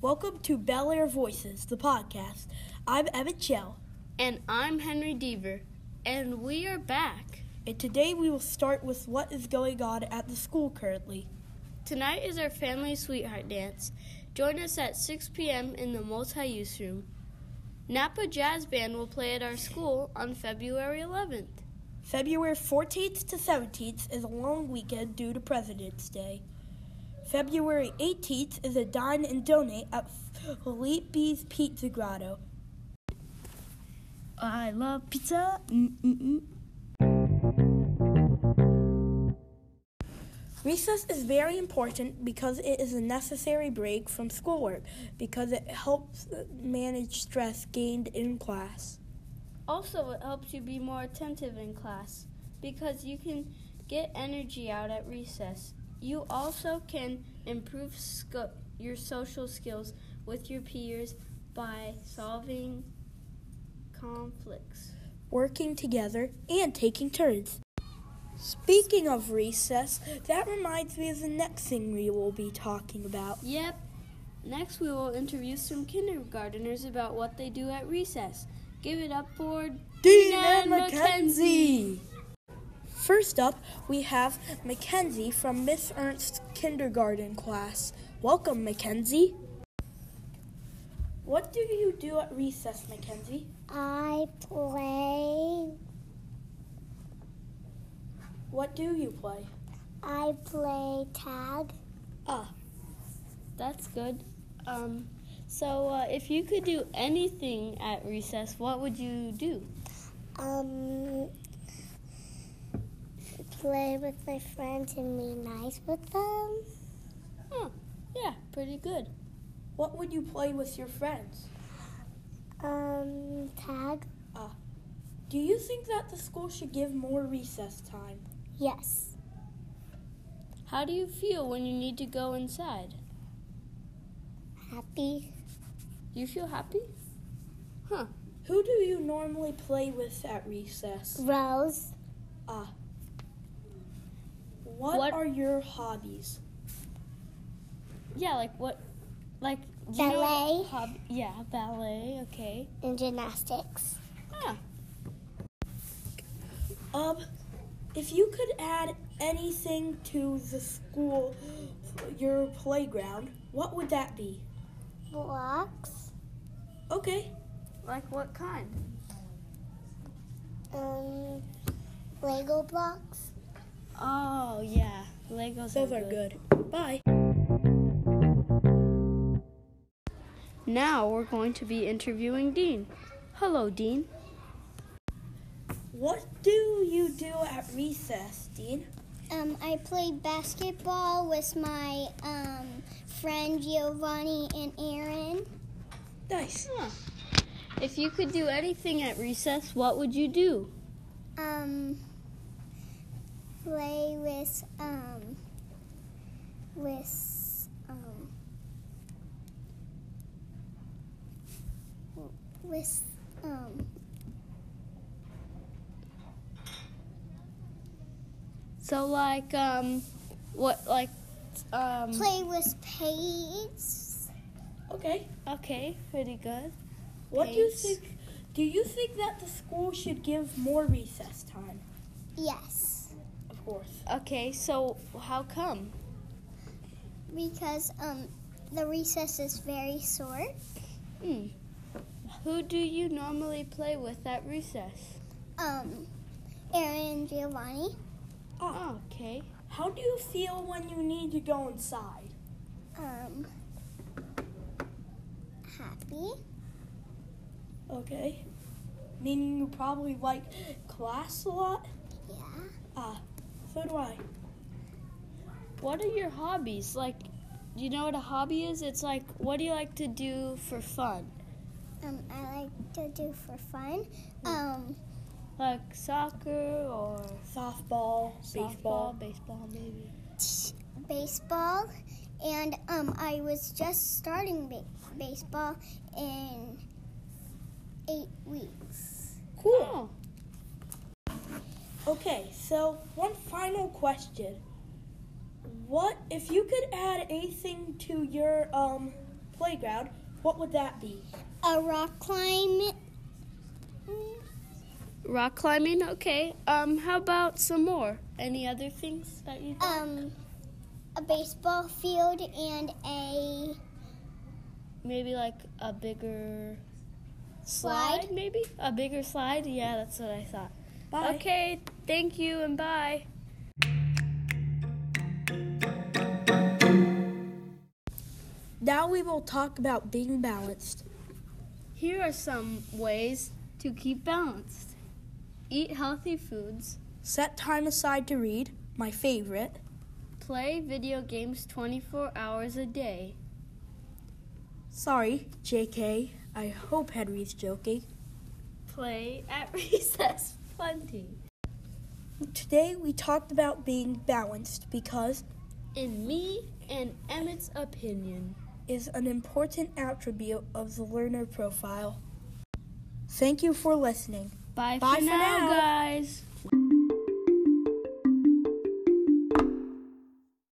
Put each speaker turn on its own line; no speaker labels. Welcome to Bel Air Voices, the podcast. I'm Emmett Chell,
And I'm Henry Deaver, and we are back.
and today we will start with what is going on at the school currently.
Tonight is our family sweetheart dance. Join us at 6 p.m. in the multi use room. Napa Jazz Band will play at our school on February 11th.
February 14th to 17th is a long weekend due to President's Day. February 18th is a dine and donate at Felipe's Pizza Grotto.
I love pizza. Mm-mm-mm.
Recess is very important because it is a necessary break from schoolwork because it helps uh, manage stress gained in class.
Also, it helps you be more attentive in class because you can get energy out at recess. You also can improve sco- your social skills with your peers by solving conflicts.
working together, and taking turns. Speaking of recess, that reminds me of the next thing we will be talking about.
Yep. Next, we will interview some kindergarteners about what they do at recess. Give it up for
Dean
and Mackenzie.
First up, we have Mackenzie from Miss Ernst's kindergarten class. Welcome, Mackenzie. What do you do at recess, Mackenzie?
I play.
What do you play?
I play tag.
Ah,
That's good. Um, so, uh, if you could do anything at recess, what would you do?
Um, play with my friends and be nice with them.
Huh. Yeah, pretty good.
what would you play with your friends?
Um, tag.
Do you think that the school should give more recess time?
Yes.
How do you feel when you need to go inside?
Happy.
Do you feel happy? Huh.
Who do you normally play with at recess? Uh,
Rose.
What,
What-
are your hobbies?
Yeah, like what? Like do you know
Ballet.
what hob- yeah, ballet. Okay.
and gymnastics.
Ah,
Um, if you could add anything to the school, your playground, what would that be?
Blocks.
Okay.
like what kind?
Um, Lego blocks.
Oh yeah, Legos.
Those are good. Bye.
Now we're going to be interviewing Dean. Hello, Dean.
What do you do at recess, Dean?
Um, I play basketball with my um friend Giovanni and Aaron.
Nice.
If you could do anything at recess, what would you do?
um play with um with um with um
So like um, what like um?
play with Paige.
Okay.
Okay, pretty good.
What do you
Thanks.
think? Do you think that the school should give more recess time?
Yes,
Of course.
Okay, so how come?
because um the recess is very short.
Hmm. Who do you normally play with at recess?
Um, Aaron and Giovanni.
Ah,
okay.
how do you feel when you need to go inside?
Um, happy.
Okay. Meaning you probably like class a lot?
Yeah.
Ah, so do I.
What are your hobbies? Like, do you know what a hobby is? It's like, what do you like to do for fun?
Um, I like to do for fun. Um.
Like soccer or
Softball, baseball.
softball, baseball maybe.
baseball and um, I was just starting ba- baseball in eight weeks.
Oh.
Cool.
Okay, so one final question. What if you could add anything to your um playground, what would that be?
A rock climb.
Rock climbing, okay. Um, how about some more? Any other things that you?
Um, a baseball field and a
Maybe like a bigger
slide.
maybe a bigger slide. Yeah, that's what I thought.
Bye.
Okay, thank you and bye.
Now we will talk about being balanced.
Here are some ways to keep balanced. Eat healthy foods.
Set time aside to read, my favorite.
Play video games 24 hours a day.
Sorry, JK. I hope Henry's joking.
Play at recess plenty.
Today we talked about being balanced because
In me and Emmett's opinion.
is an important attribute of the learner profile. Thank you for listening.
Bye,
Bye
for,
for
now,
now.
guys.